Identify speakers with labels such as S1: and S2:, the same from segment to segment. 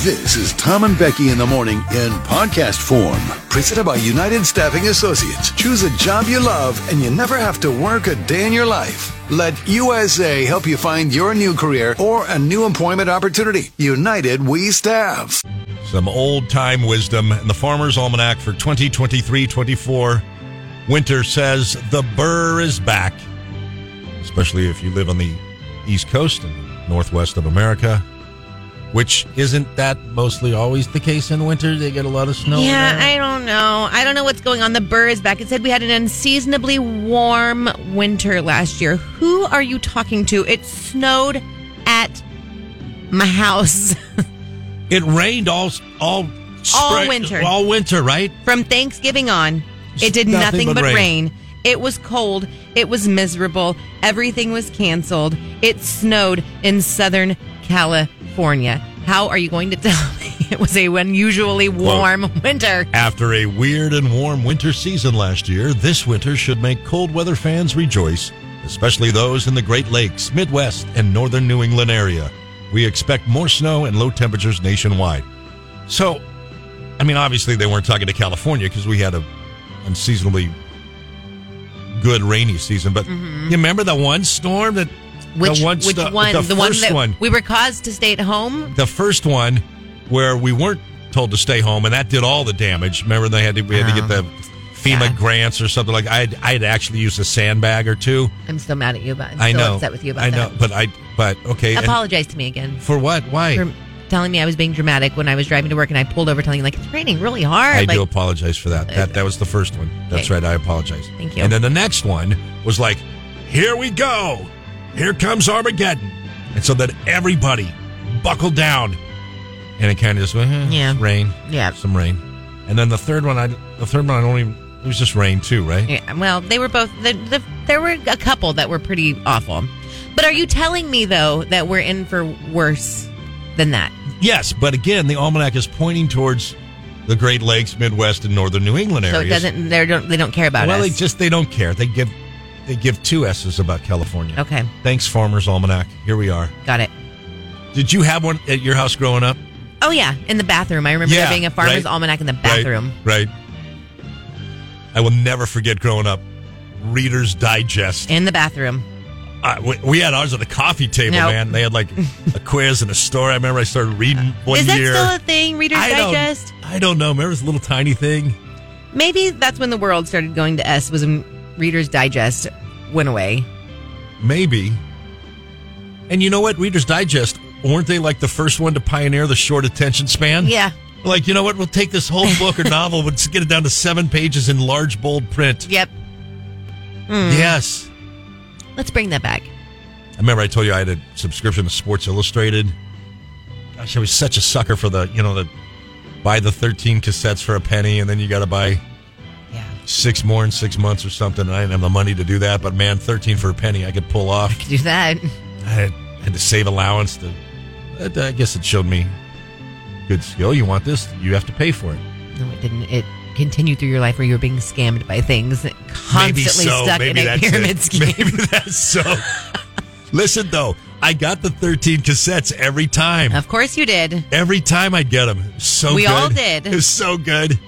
S1: This is Tom and Becky in the morning in podcast form, presented by United Staffing Associates. Choose a job you love and you never have to work a day in your life. Let USA help you find your new career or a new employment opportunity. United We Staff.
S2: Some old time wisdom in the Farmer's Almanac for 2023 24. Winter says the burr is back, especially if you live on the East Coast and Northwest of America, which isn't that mostly always the case in winter? They get a lot of snow.
S3: yeah,
S2: there.
S3: I don't know. I don't know what's going on. The burr is back. It said we had an unseasonably warm winter last year. Who are you talking to? It snowed at my house
S4: It rained all all spring-
S3: winter.
S4: All winter, right?
S3: from Thanksgiving on. It did nothing, but, rain. It was cold. It was miserable. Everything was canceled. It snowed in Southern California. How are you going to tell me it was a unusually warm winter?
S2: After a weird and warm winter season last year, this winter should make cold weather fans rejoice, especially those in the Great Lakes, Midwest, and northern New England area. We expect more snow and low temperatures nationwide. So, I mean, obviously they weren't talking to California because we had a unseasonably good rainy season. But
S4: You remember the one storm that
S3: Mm-hmm. Which
S4: the one
S3: which
S4: sto-
S3: one?
S4: The,
S3: one
S4: first
S3: that
S4: one.
S3: we were caused to stay at home
S4: the first one where we weren't told to stay home, and that did all the damage. Remember they had to, we had to get the FEMA
S3: Uh-huh. Yeah.
S4: grants or something like. I had, I had actually used a sandbag or two.
S3: I'm still mad at you about. I'm
S4: I
S3: still
S4: know.
S3: upset with you about
S4: I know,
S3: that.
S4: but I but okay. and-
S3: Apologize to me again
S4: for what? Why?
S3: for telling me I was being dramatic when I was driving to work and I pulled over telling you like it's raining really hard.
S4: I
S3: like, uh,
S4: do apologize for that. That that was the first one. That's
S3: Okay.
S4: right. I apologize.
S3: Thank you.
S4: And then the next one was like, "Here we go. Here comes Armageddon." And so that everybody buckled down, and it kind of just went, eh,
S3: Yeah.
S4: it's rain,
S3: Yeah.
S4: some rain. And then the third one, I the third one, I don't even. It was just rain too, right?
S3: Yeah, well, they were both. The, the, there were a couple that were pretty awful. But are you telling me though that we're in for worse than that?
S4: Yes, but again, the almanac is pointing towards the Great Lakes, Midwest, and Northern New England
S3: so
S4: areas.
S3: it doesn't. They don't. They don't care about
S4: Well,
S3: us.
S4: they just they don't care. They give they give two s's about California.
S3: okay,
S4: Thanks, Farmers Almanac. Here we are.
S3: got it.
S4: Did you have one at your house growing up?
S3: Oh yeah, in the bathroom. I remember there
S4: Yeah,
S3: being a farmer's
S4: right,
S3: almanac in the bathroom.
S4: Right. right. I will never forget growing up. Reader's Digest.
S3: In the bathroom.
S4: I- we- we had ours at the coffee table,
S3: No.
S4: man. They had like a quiz and a story. I remember I started reading one
S3: Is that
S4: year.
S3: still a thing? Reader's
S4: I don't,
S3: Digest.
S4: I don't know. Remember this little tiny thing?
S3: Maybe that's when the world started going to S was when Reader's Digest went away.
S4: Maybe. And you know what? Reader's Digest, weren't they like the first one to pioneer the short attention span?
S3: Yeah.
S4: Like, you know what? We'll take this whole book or novel, but just get it down to seven pages in large, bold print.
S3: Yep. Hmm.
S4: Yes.
S3: Let's bring that back.
S4: I remember I told you I had a subscription to Sports Illustrated. Gosh, I was such a sucker for the, you know, the buy the 13 cassettes for a penny and then you got to buy
S3: Yeah.
S4: six more in six months or something. I didn't have the money to do that, but man, 13 for a penny I could pull off.
S3: Do that.
S4: I had, I had to save allowance to. but I guess it showed me good skill. You want this? You have to pay for it.
S3: No, it didn't. It continued through your life where you were being scammed by things,
S4: Maybe
S3: constantly
S4: so.
S3: stuck
S4: Maybe
S3: in a
S4: that's
S3: pyramid
S4: it.
S3: scheme.
S4: Maybe that's so. Listen though, I got the 13 cassettes every time.
S3: Of course you did.
S4: Every time I'd get them, so
S3: We
S4: good.
S3: all did.
S4: It was so good.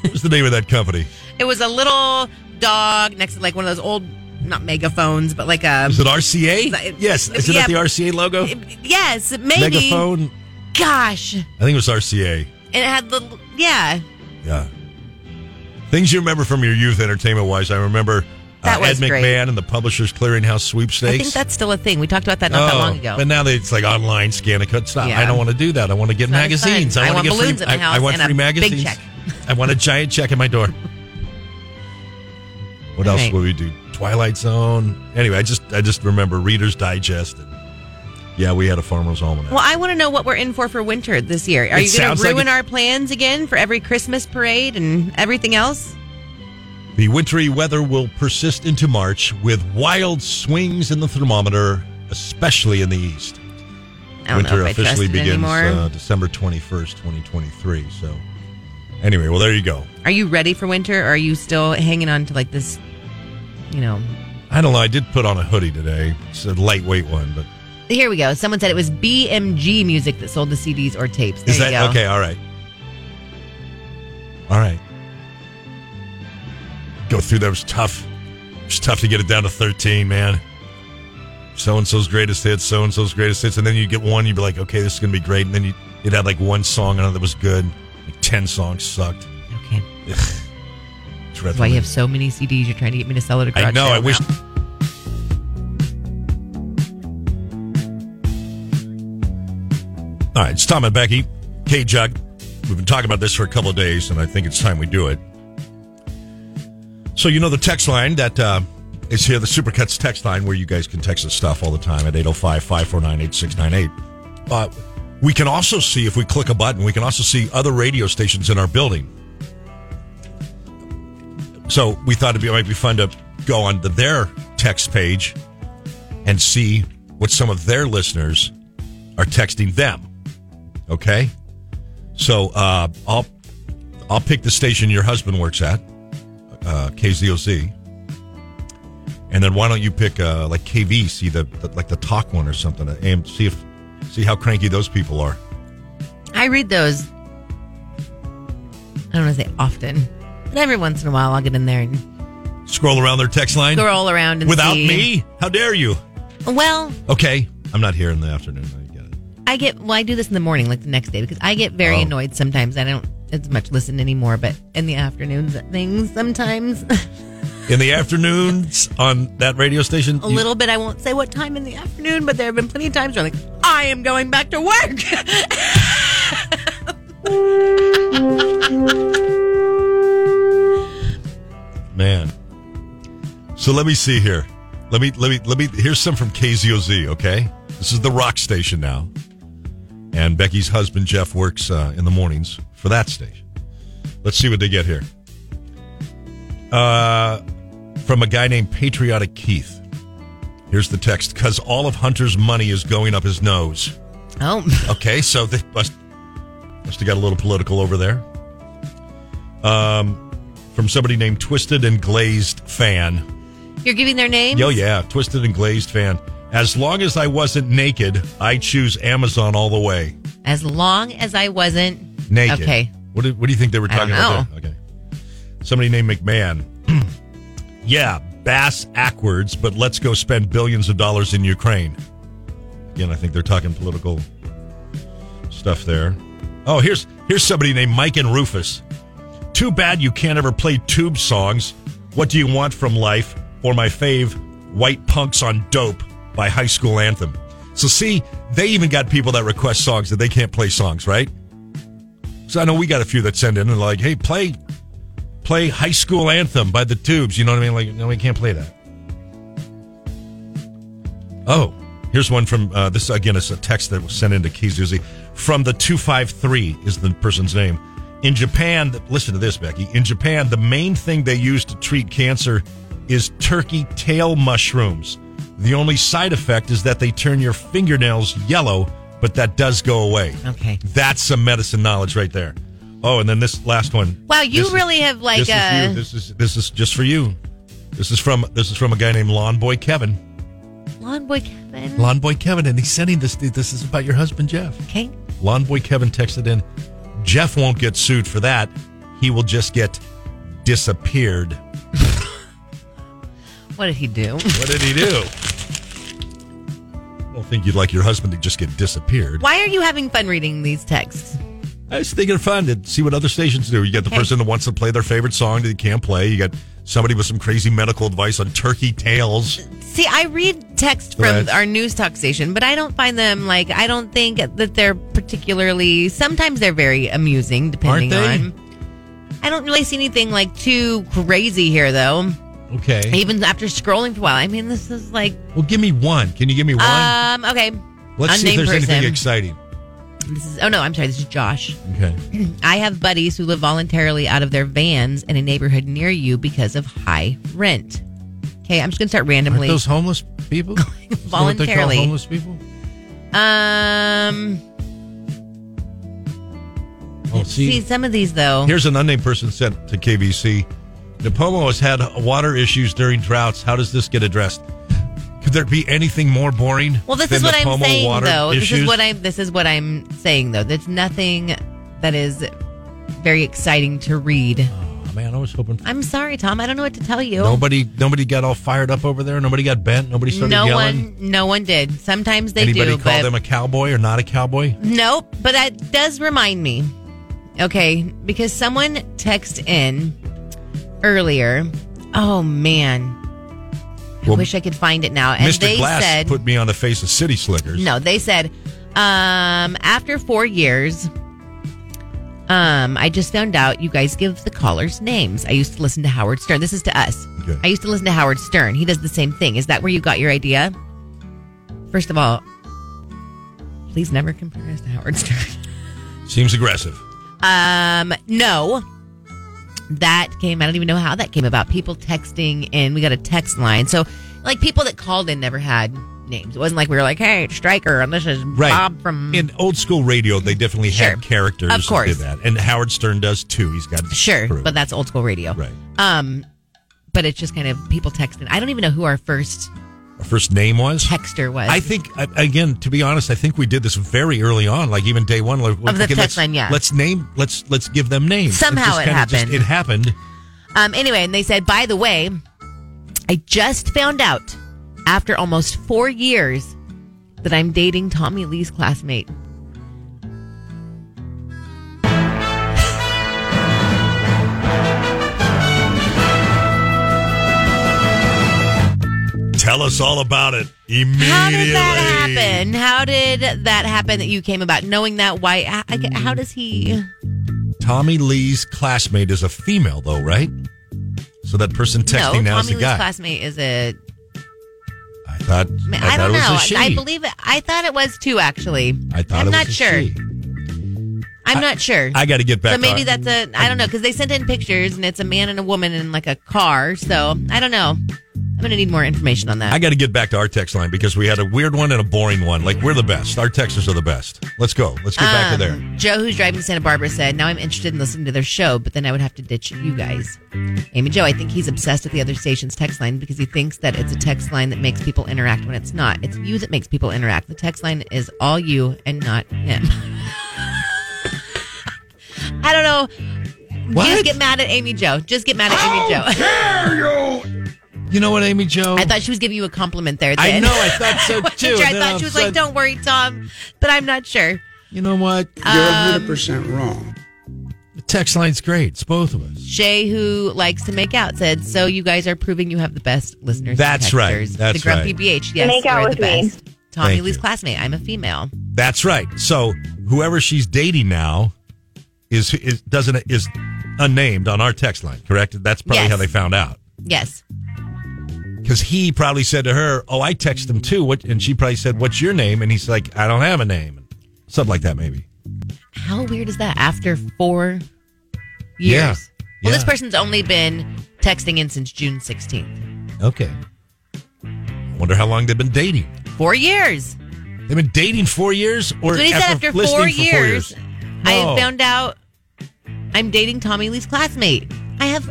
S4: What's the name of that company?
S3: It was a little dog next to like one of those old, not megaphones, but like a.
S4: Is it RCA?
S3: It-
S4: yes. Is it
S3: yeah.
S4: at the RCA logo?
S3: Yes, maybe.
S4: Megaphone.
S3: Gosh, and
S4: I think it was RCA.
S3: it had the yeah.
S4: Yeah. Things you remember from your youth, entertainment wise. I remember
S3: That
S4: uh, Ed
S3: was great.
S4: McMahon and the Publishers Clearinghouse sweepstakes.
S3: I think that's still a thing. We talked about that not that
S4: Oh,
S3: long ago.
S4: But now they, it's like online scan a cut. Stop.
S3: Yeah.
S4: I don't want to do that. I want to get
S3: not as
S4: magazines.
S3: fun.
S4: I,
S3: I
S4: want to
S3: want
S4: get free,
S3: balloons at my
S4: I-
S3: house
S4: I, want
S3: and a
S4: free
S3: big
S4: magazines.
S3: check.
S4: I want a giant check at my door. What else
S3: Right.
S4: will we do? Twilight Zone. Anyway, I just I just remember Reader's Digest. And yeah, we had a Farmer's Almanac.
S3: Well, I want to know what we're in for for winter this year. Are
S4: It
S3: you going
S4: sounds
S3: to
S4: like
S3: ruin
S4: it-
S3: our plans again for every Christmas parade and everything else?
S4: The wintry weather will persist into March with wild swings in the thermometer, especially in the east.
S3: I don't
S4: Winter
S3: know if I trust
S4: officially
S3: it
S4: begins
S3: anymore.
S4: uh, December 21st, 2023. So, anyway, well, there you go.
S3: Are you ready for winter? Or are you still hanging on to like this? You know,
S4: I don't know. I did put on a hoodie today. It's a lightweight one, but
S3: Here we go. Someone said it was BMG music that sold the CDs or tapes. There
S4: Is
S3: you go.
S4: that okay? All right. All right. Go through that was tough. It's tough to get it down to 13, man. So and so's greatest hits, so and so's greatest hits, and then you get one, you'd be like, okay, this is gonna be great, and then you, you'd have like one song, another was good, like ten songs sucked.
S3: Okay.
S4: It's
S3: That's why you have so many CDs. You're trying to get me to sell at a garage
S4: I know.
S3: sale
S4: I wish.
S3: now.
S4: All right, it's Tom and Becky, K Jug. We've been talking about this for a couple of days, and I think it's time we do it. So you know the text line that uh, is here, the Supercuts text line, where you guys can text us stuff all the time at 805-549-8698. Uh, we can also see, if we click a button, we can also see other radio stations in our building. So we thought it'd be, it might be fun to go on to their text page and see what some of their listeners are texting them. Okay, so uh, I'll I'll pick the station your husband works at, uh, KZOZ, and then why don't you pick uh, like KVC, the, the like the talk one or something, and see if see how cranky those people are.
S3: I read those. I don't want to say often, but every once in a while I'll get in there and
S4: Scroll around their text line
S3: scroll around and
S4: without
S3: see.
S4: me. How dare you?
S3: Well,
S4: Okay, I'm not here in the afternoon. I get it.
S3: I get well. I do this in the morning, like the next day, because I get very
S4: Oh.
S3: annoyed sometimes. I don't as much listen anymore, but in the afternoons at things sometimes
S4: in the afternoons on that radio station.
S3: a
S4: you-
S3: little bit. I won't say what time in the afternoon, but there have been plenty of times where I'm like, I am going back to work.
S4: man. So let me see here. Let me let me let me. Here's some from KZOZ. Okay, this is the rock station now, and Becky's husband Jeff works uh, in the mornings for that station. Let's see what they get here. Uh, from a guy named Patriotic Keith. Here's the text: "Cause all of Hunter's money is going up his nose."
S3: oh,
S4: Okay, so they must must have got a little political over there. Um, from somebody named Twisted and Glazed Fan.
S3: you're giving their name?
S4: Yo, yeah, Twisted and Glazed Fan. As long as I wasn't naked, I choose Amazon all the way.
S3: As long as I wasn't
S4: Naked.
S3: Okay.
S4: What do, what do you think they were
S3: I
S4: talking
S3: don't
S4: about? There? Okay. Somebody named McMahon. yeah, bass backwards, but let's go spend billions of dollars in Ukraine. Again, I think they're talking political stuff there. Oh, here's here's somebody named Mike and Rufus. Too bad you can't ever play tube songs. What do you want from life? Or my fave, White Punks on Dope by High School Anthem. So see, they even got people that request songs that they can't play songs, right? So I know we got a few that send in and like, hey, play, play High School Anthem by the Tubes. You know what I mean? Like, no, we can't play that. Oh, here's one from uh, this again. It's a text that was sent in to Kizuzi from the two five three is the person's name. In Japan, th- listen to this, Becky. In Japan, the main thing they use to treat cancer is turkey tail mushrooms. The only side effect is that they turn your fingernails yellow, but that does go away.
S3: Okay.
S4: That's some medicine knowledge right there. Oh, and then this last one.
S3: Wow, you
S4: This is-
S3: really have, like,
S4: this
S3: uh,
S4: Is you. This is this is just for you. This is from this is from a guy named Lawn Boy Kevin.
S3: Lawn boy Kevin.
S4: Lawn Boy Kevin, and he's sending this. This is about your husband Jeff.
S3: okay.
S4: Lawn Boy Kevin texted in. Jeff won't get sued for that. He will just get disappeared.
S3: What did he do?
S4: What did he do? I don't think you'd like your husband to just get disappeared.
S3: Why are you having fun reading these texts?
S4: I was thinking of fun to see what other stations do. You got the
S3: Okay.
S4: person that wants to play their favorite song that they can't play. You got somebody with some crazy medical advice on turkey tails.
S3: See, I read text from
S4: Right.
S3: our news talk station, but I don't find them like I don't think that they're particularly. Sometimes they're very amusing, depending
S4: Aren't
S3: on. I don't really see anything like too crazy here, though.
S4: Okay.
S3: Even after scrolling for a while, I mean, this is like
S4: Well, give me one. Can you give me one?
S3: um okay.
S4: Let's see if
S3: unnamed
S4: there's
S3: person.
S4: anything exciting.
S3: This is, oh no, I'm sorry. This is Josh.
S4: Okay.
S3: I have buddies who live voluntarily out of their vans in a neighborhood near you because of high rent. Okay, I'm just gonna start randomly.
S4: homeless people?
S3: Voluntarily. homeless
S4: people?
S3: um.
S4: Oh,
S3: See some of these though.
S4: Here's an unnamed person sent to KBC. Napomo has had water issues during droughts. How does this get addressed? Could there be anything more boring?
S3: Well, this
S4: than
S3: is
S4: the
S3: what I'm
S4: Pomo
S3: saying
S4: water
S3: though. This
S4: issues?
S3: is what I'm this is what I'm saying though. There's nothing that is very exciting to read.
S4: Oh, man, I was hoping.
S3: I'm sorry, Tom. I don't know what to tell you.
S4: Nobody, nobody got all fired up over there. Nobody got bent. Nobody started
S3: no
S4: yelling.
S3: one no one did. Sometimes they
S4: Anybody
S3: do,
S4: call
S3: but
S4: them a cowboy or not a cowboy?
S3: Nope, but that does remind me. Okay, because someone texted in earlier. Oh man, I
S4: Well,
S3: wish I could find it now. And
S4: Mr.
S3: they
S4: Glass
S3: said,
S4: put me on the face of city slickers.
S3: no, they said, um, after four years, um, I just found out you guys give the callers names. I used to listen to Howard Stern. This is to us.
S4: Okay.
S3: I used to listen to Howard Stern. He does the same thing. Is that where you got your idea? First of all, please never compare us to Howard Stern.
S4: Seems aggressive.
S3: Um, no. That came, I don't even know how that came about. People texting and we got a text line. So, like, people that called in never had names. It wasn't like we were like, hey, Striker, and this is
S4: Right.
S3: Bob from.
S4: Um, In old school radio, they definitely
S3: Sure.
S4: had characters
S3: Of course.
S4: that did that. And Howard Stern does too. He's got
S3: sure,
S4: crew.
S3: but that's old school radio.
S4: Right.
S3: Um, but it's just kind of people texting. I don't even know who our first
S4: Our first name was.
S3: texter was.
S4: I think I- again, to be honest, I think we did this very early on, like even day one. Like,
S3: Of the
S4: okay,
S3: text
S4: let's-
S3: line, yeah.
S4: Let's name. Let's let's give them names.
S3: Somehow
S4: just
S3: it
S4: kinda just-
S3: happened.
S4: it happened.
S3: Um, anyway, and they said, by the way, I just found out after almost four years that I'm dating Tommy Lee's classmate.
S4: Tell us all about it immediately.
S3: How did that happen? How did that happen that you came about knowing that? Why? I- I- How does
S4: Mm.
S3: he?
S4: Tommy Lee's classmate is a female, though, right? So that person texting
S3: no,
S4: now
S3: Tommy
S4: is a
S3: Lee's
S4: guy.
S3: classmate is a.
S4: I thought.
S3: I, mean,
S4: I
S3: I
S4: thought
S3: don't
S4: it was a
S3: know.
S4: she.
S3: I believe it. I thought it was too. Actually,
S4: I thought
S3: am
S4: it was
S3: not
S4: a
S3: sure.
S4: she.
S3: I'm not sure.
S4: I got to get back.
S3: so maybe
S4: on.
S3: that's a. I don't know because they sent in pictures and it's a man and a woman in like a car. So I don't know. I'm gonna need more information on that.
S4: I got to get back to our text line because we had a weird one and a boring one. Like we're the best. Our texters are the best. Let's go. Let's get back to there.
S3: Um, Joe, who's driving to Santa Barbara, said, Now I'm interested in listening to their show, but then I would have to ditch you guys. Amy Joe, I think he's obsessed with the other station's text line because he thinks that it's a text line that makes people interact when it's not. It's you that makes people interact. The text line is all you and not him. I don't know. Just
S4: What?
S3: get mad at Amy Joe. Just get mad at Amy Joe.
S4: You know what, Amy Joe?
S3: I thought she was giving you a compliment there.
S4: I
S3: then.
S4: know. I thought so
S3: Wasn't
S4: too.
S3: sure. I
S4: and then
S3: thought
S4: all
S3: she
S4: of
S3: was
S4: a
S3: like,
S4: sudden,
S3: "Don't worry, Tom," but I'm not sure.
S4: You know what?
S3: Um,
S5: You're 100% wrong.
S4: The text line's great. It's both of us.
S3: Shay, who likes to make out, said, "So you guys are proving you have the best listeners." and
S4: That's right.
S3: texters."
S4: That's
S3: the Grumpy
S4: right.
S3: BH. Yes,
S6: Make out
S3: you're
S6: with
S3: the
S6: me.
S3: best. Tommy
S4: Thank
S3: Lee's
S4: you.
S3: classmate. I'm a female.
S4: That's right. So whoever she's dating now is is doesn't is unnamed on our text line. Correct. That's probably
S3: Yes.
S4: how they found out.
S3: Yes.
S4: Because he probably said to her, "Oh, I text him too," what, and she probably said, "What's your name?" And he's like, "I don't have a name," something like that, maybe.
S3: How weird is that? After four years.
S4: Yeah.
S3: Well, this
S4: Yeah.
S3: person's only been texting in since June 16th.
S4: Okay. I wonder how long they've been dating.
S3: Four years.
S4: They've been dating four years, or
S3: That's what he said
S4: after
S3: after
S4: listening
S3: four
S4: for four
S3: years.
S4: years. Oh.
S3: I
S4: No.
S3: found out I'm dating Tommy Lee's classmate. I have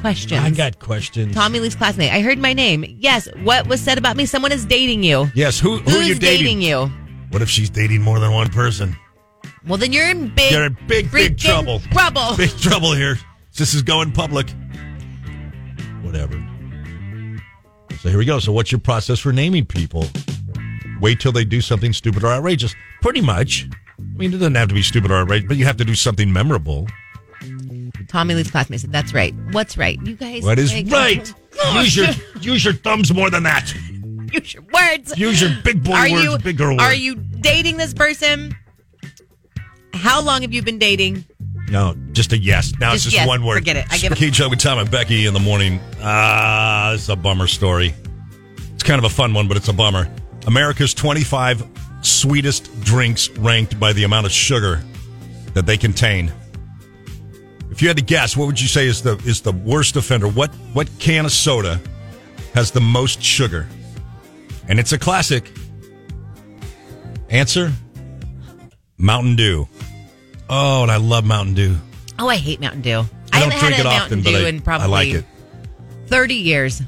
S3: questions.
S4: I got questions.
S3: Tommy Lee's classmate. I heard my name. Yes. What was said about me? Someone is dating you.
S4: Yes, who who are
S3: Who's
S4: you dating?
S3: dating you?
S4: What if she's dating more than one person?
S3: Well, then you're in big,
S4: You're in big, big
S3: freaking
S4: trouble.
S3: Trouble.
S4: Big trouble here. This is going public. Whatever. So here we go. So what's your process for naming people? Wait till they do something stupid or outrageous. Pretty much. I mean, it doesn't have to be stupid or outrageous, but you have to do something memorable.
S3: Tommy Lee's classmate said, "That's right. What's right? You guys.
S4: What is
S3: like-
S4: right? Use your use your thumbs more than that.
S3: Use your words.
S4: Use your big boy
S3: are
S4: words,
S3: you?
S4: big girl words.
S3: Are you dating this person? How long have you been dating?
S4: No, just a yes. Now it's
S3: Just
S4: just
S3: yes.
S4: one word.
S3: Forget it. I give up.
S4: Key Joe with Tom and Becky in the morning. Ah, this is a bummer story. It's kind of a fun one, but it's a bummer. America's 25 sweetest drinks ranked by the amount of sugar that they contain. If you had to guess, what would you say is the is the worst offender? What what can of soda has the most sugar? And it's a classic. Answer: Mountain Dew. Oh, and I love Mountain Dew.
S3: Oh, I hate Mountain Dew.
S4: I don't
S3: haven't
S4: drink
S3: had
S4: it
S3: a
S4: often,
S3: Mountain
S4: but
S3: Dew
S4: I,
S3: in probably
S4: I like it.
S3: thirty years.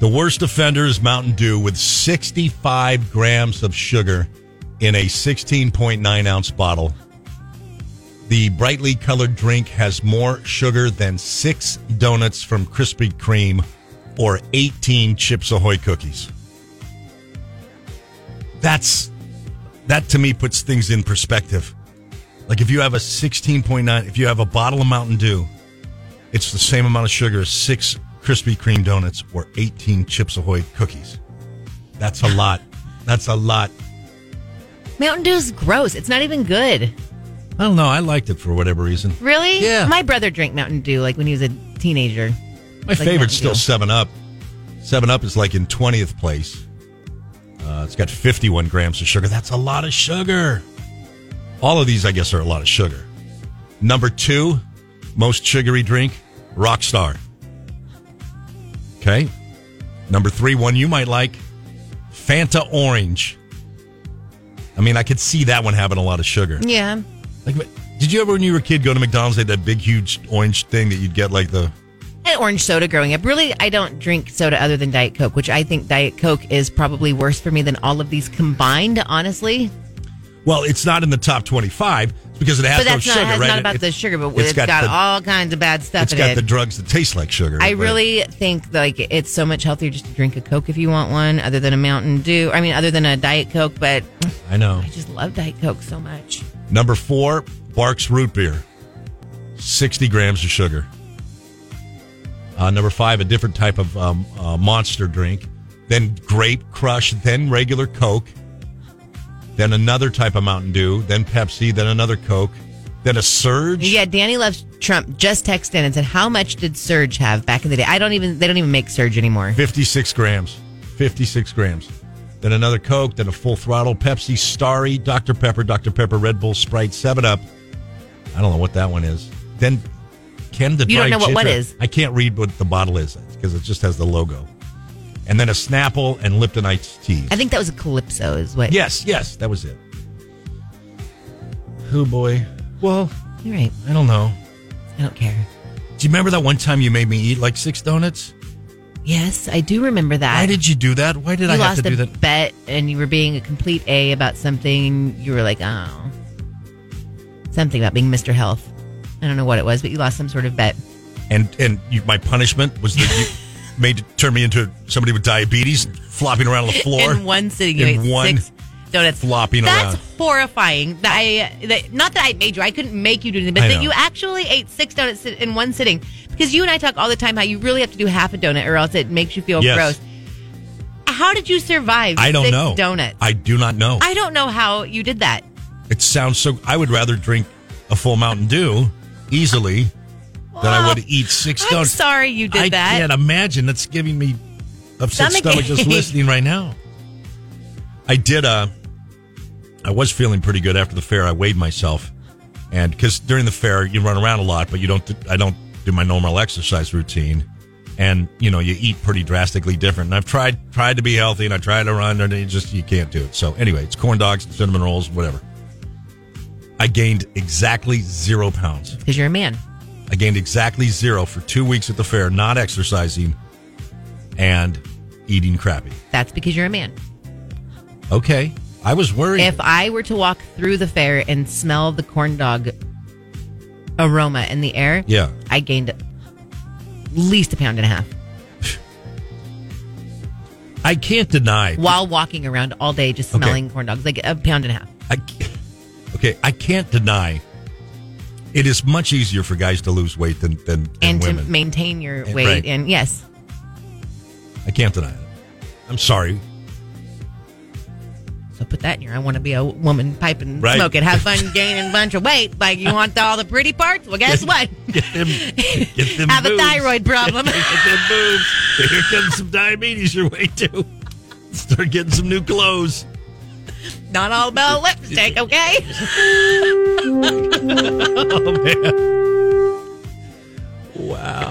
S4: The worst offender is Mountain Dew with 65 grams of sugar in a 16.9 ounce bottle. The brightly colored drink has more sugar than six donuts from Krispy Kreme or 18 Chips Ahoy cookies. That's that to me puts things in perspective. Like if you have a 16.9, if you have a bottle of Mountain Dew, it's the same amount of sugar as six Krispy Kreme donuts or 18 Chips Ahoy cookies. That's a lot. That's a lot.
S3: Mountain Dew's gross. It's not even good.
S4: I don't know. I liked it for whatever reason.
S3: Really?
S4: Yeah.
S3: My brother drank Mountain Dew like when he was a teenager.
S4: My
S3: Like
S4: favorite's still
S3: Mountain Dew.
S4: 7 Up. 7 Up is like in 20th place. Uh, it's got 51 grams of sugar. That's a lot of sugar. All of these, I guess, are a lot of sugar. Number two, most sugary drink, Rockstar. Okay. Number three, one you might like, Fanta Orange. I mean, I could see that one having a lot of sugar.
S3: Yeah.
S4: Like, but did you ever, when you were a kid, go to McDonald's? They had that big, huge orange thing that you'd get, like the
S3: And orange soda growing up. Really, I don't drink soda other than Diet Coke, which I think Diet Coke is probably worse for me than all of these combined, honestly.
S4: well, it's not in the top twenty-five it's because it has
S3: But that's
S4: no
S3: not,
S4: sugar,
S3: has
S4: right?
S3: not
S4: It-
S3: about
S4: it-
S3: the sugar, but it's got,
S4: the,
S3: all kinds of bad stuff
S4: It's
S3: in
S4: got
S3: it.
S4: the drugs that taste like sugar.
S3: I
S4: but-
S3: really think like it's so much healthier just to drink a Coke if you want one, other than a Mountain Dew. I mean, other than a Diet Coke, but
S4: I know.
S3: I just love Diet Coke so much.
S4: Number four, Barks root beer, sixty grams of sugar. Uh, number five, a different type of um, uh, monster drink, then grape crush, then regular Coke, then another type of Mountain Dew, then Pepsi, then another Coke, then a Surge.
S3: Yeah, Danny loves Trump. Just texted in and said, "How much did Surge have back in the day? I don't even. They don't even make Surge anymore.
S4: 56 grams. 56 grams. Then another Coke, then a full throttle Pepsi, Starry, Dr. Pepper, Dr. Pepper, Red Bull, Sprite, 7 Up. I don't know what that one is. Then Ken the
S3: You don't
S4: Dry
S3: know what- what
S4: Ginger.
S3: is.
S4: I can't read what the bottle is because it just has the logo. And then a Snapple and Lipton iced tea.
S3: I think that was a Calypso, is what.
S4: Yes, yes, that was it. Who boy? Well,
S3: you're right.
S4: I don't know.
S3: I don't care.
S4: Do you remember that one time you made me eat like six donuts?
S3: Yes, I do remember that.
S4: Why did you do that? Why did
S3: you
S4: I have
S3: lost
S4: to
S3: a
S4: do that?
S3: bet and you were being a complete a about something? You were like, oh, something about being Mr. Health. I don't know what it was, but you lost some sort of bet.
S4: and and you, my punishment was that you made turn me into somebody with diabetes, flopping around on the floor.
S3: in one sitting. You
S4: In
S3: ate
S4: one
S3: six donuts
S4: flopping
S3: That's
S4: around.
S3: horrifying. That I that, not that I made you. I couldn't make you do anything,
S4: I
S3: but
S4: know.
S3: that you actually ate six donuts sit- in one sitting. Because you and I talk all the time how you really have to do half a donut or else it makes you feel
S4: Yes.
S3: gross. How did you survive?
S4: I don't
S3: six
S4: know.
S3: donuts.
S4: I do not know.
S3: I don't know how you did that.
S4: it sounds so. I would rather drink a full Mountain Dew easily than I
S3: Wow.
S4: would eat 6
S3: I'm
S4: donuts.
S3: sorry you did
S4: I
S3: that.
S4: can't imagine. That's giving me upset
S3: Stomach
S4: stomach just
S3: ache.
S4: listening right now. I did. Uh, I was feeling pretty good after the fair. I weighed myself, and because during the fair you run around a lot, but you don't. do- I don't do my normal exercise routine, and you know you eat pretty drastically different. And I've tried tried to be healthy, and I tried to run, and it just you can't do it. So anyway, it's corn dogs, and cinnamon rolls, whatever. I gained exactly zero pounds.
S3: Because you're a man.
S4: I gained exactly zero for two weeks at the fair, not exercising and eating crappy.
S3: That's because you're a man.
S4: Okay. I was worried.
S3: If I were to walk through the fair and smell the corn dog aroma in the air,
S4: yeah.
S3: I gained at least a pound and a half
S4: I can't deny.
S3: while walking around all day just
S4: Okay.
S3: smelling corn dogs, like a pound and a half.
S4: I, ca- okay. I can't deny. It is much easier for guys to lose weight than, than, than
S3: And to
S4: women.
S3: maintain your
S4: And-
S3: weight.
S4: right.
S3: And yes,
S4: I can't deny it. I'm sorry.
S3: so put that in your I want to be a woman, pipe and
S4: Right.
S3: smoke it, have fun gaining a bunch of weight. Like you want all the pretty parts? Well, guess what?
S4: Get them. Get them
S3: have a
S4: boobs.
S3: thyroid problem.
S4: Get them boobs. Here comes some diabetes your way too. Start getting some new clothes.
S3: Not all about lipstick, okay?
S4: Wow.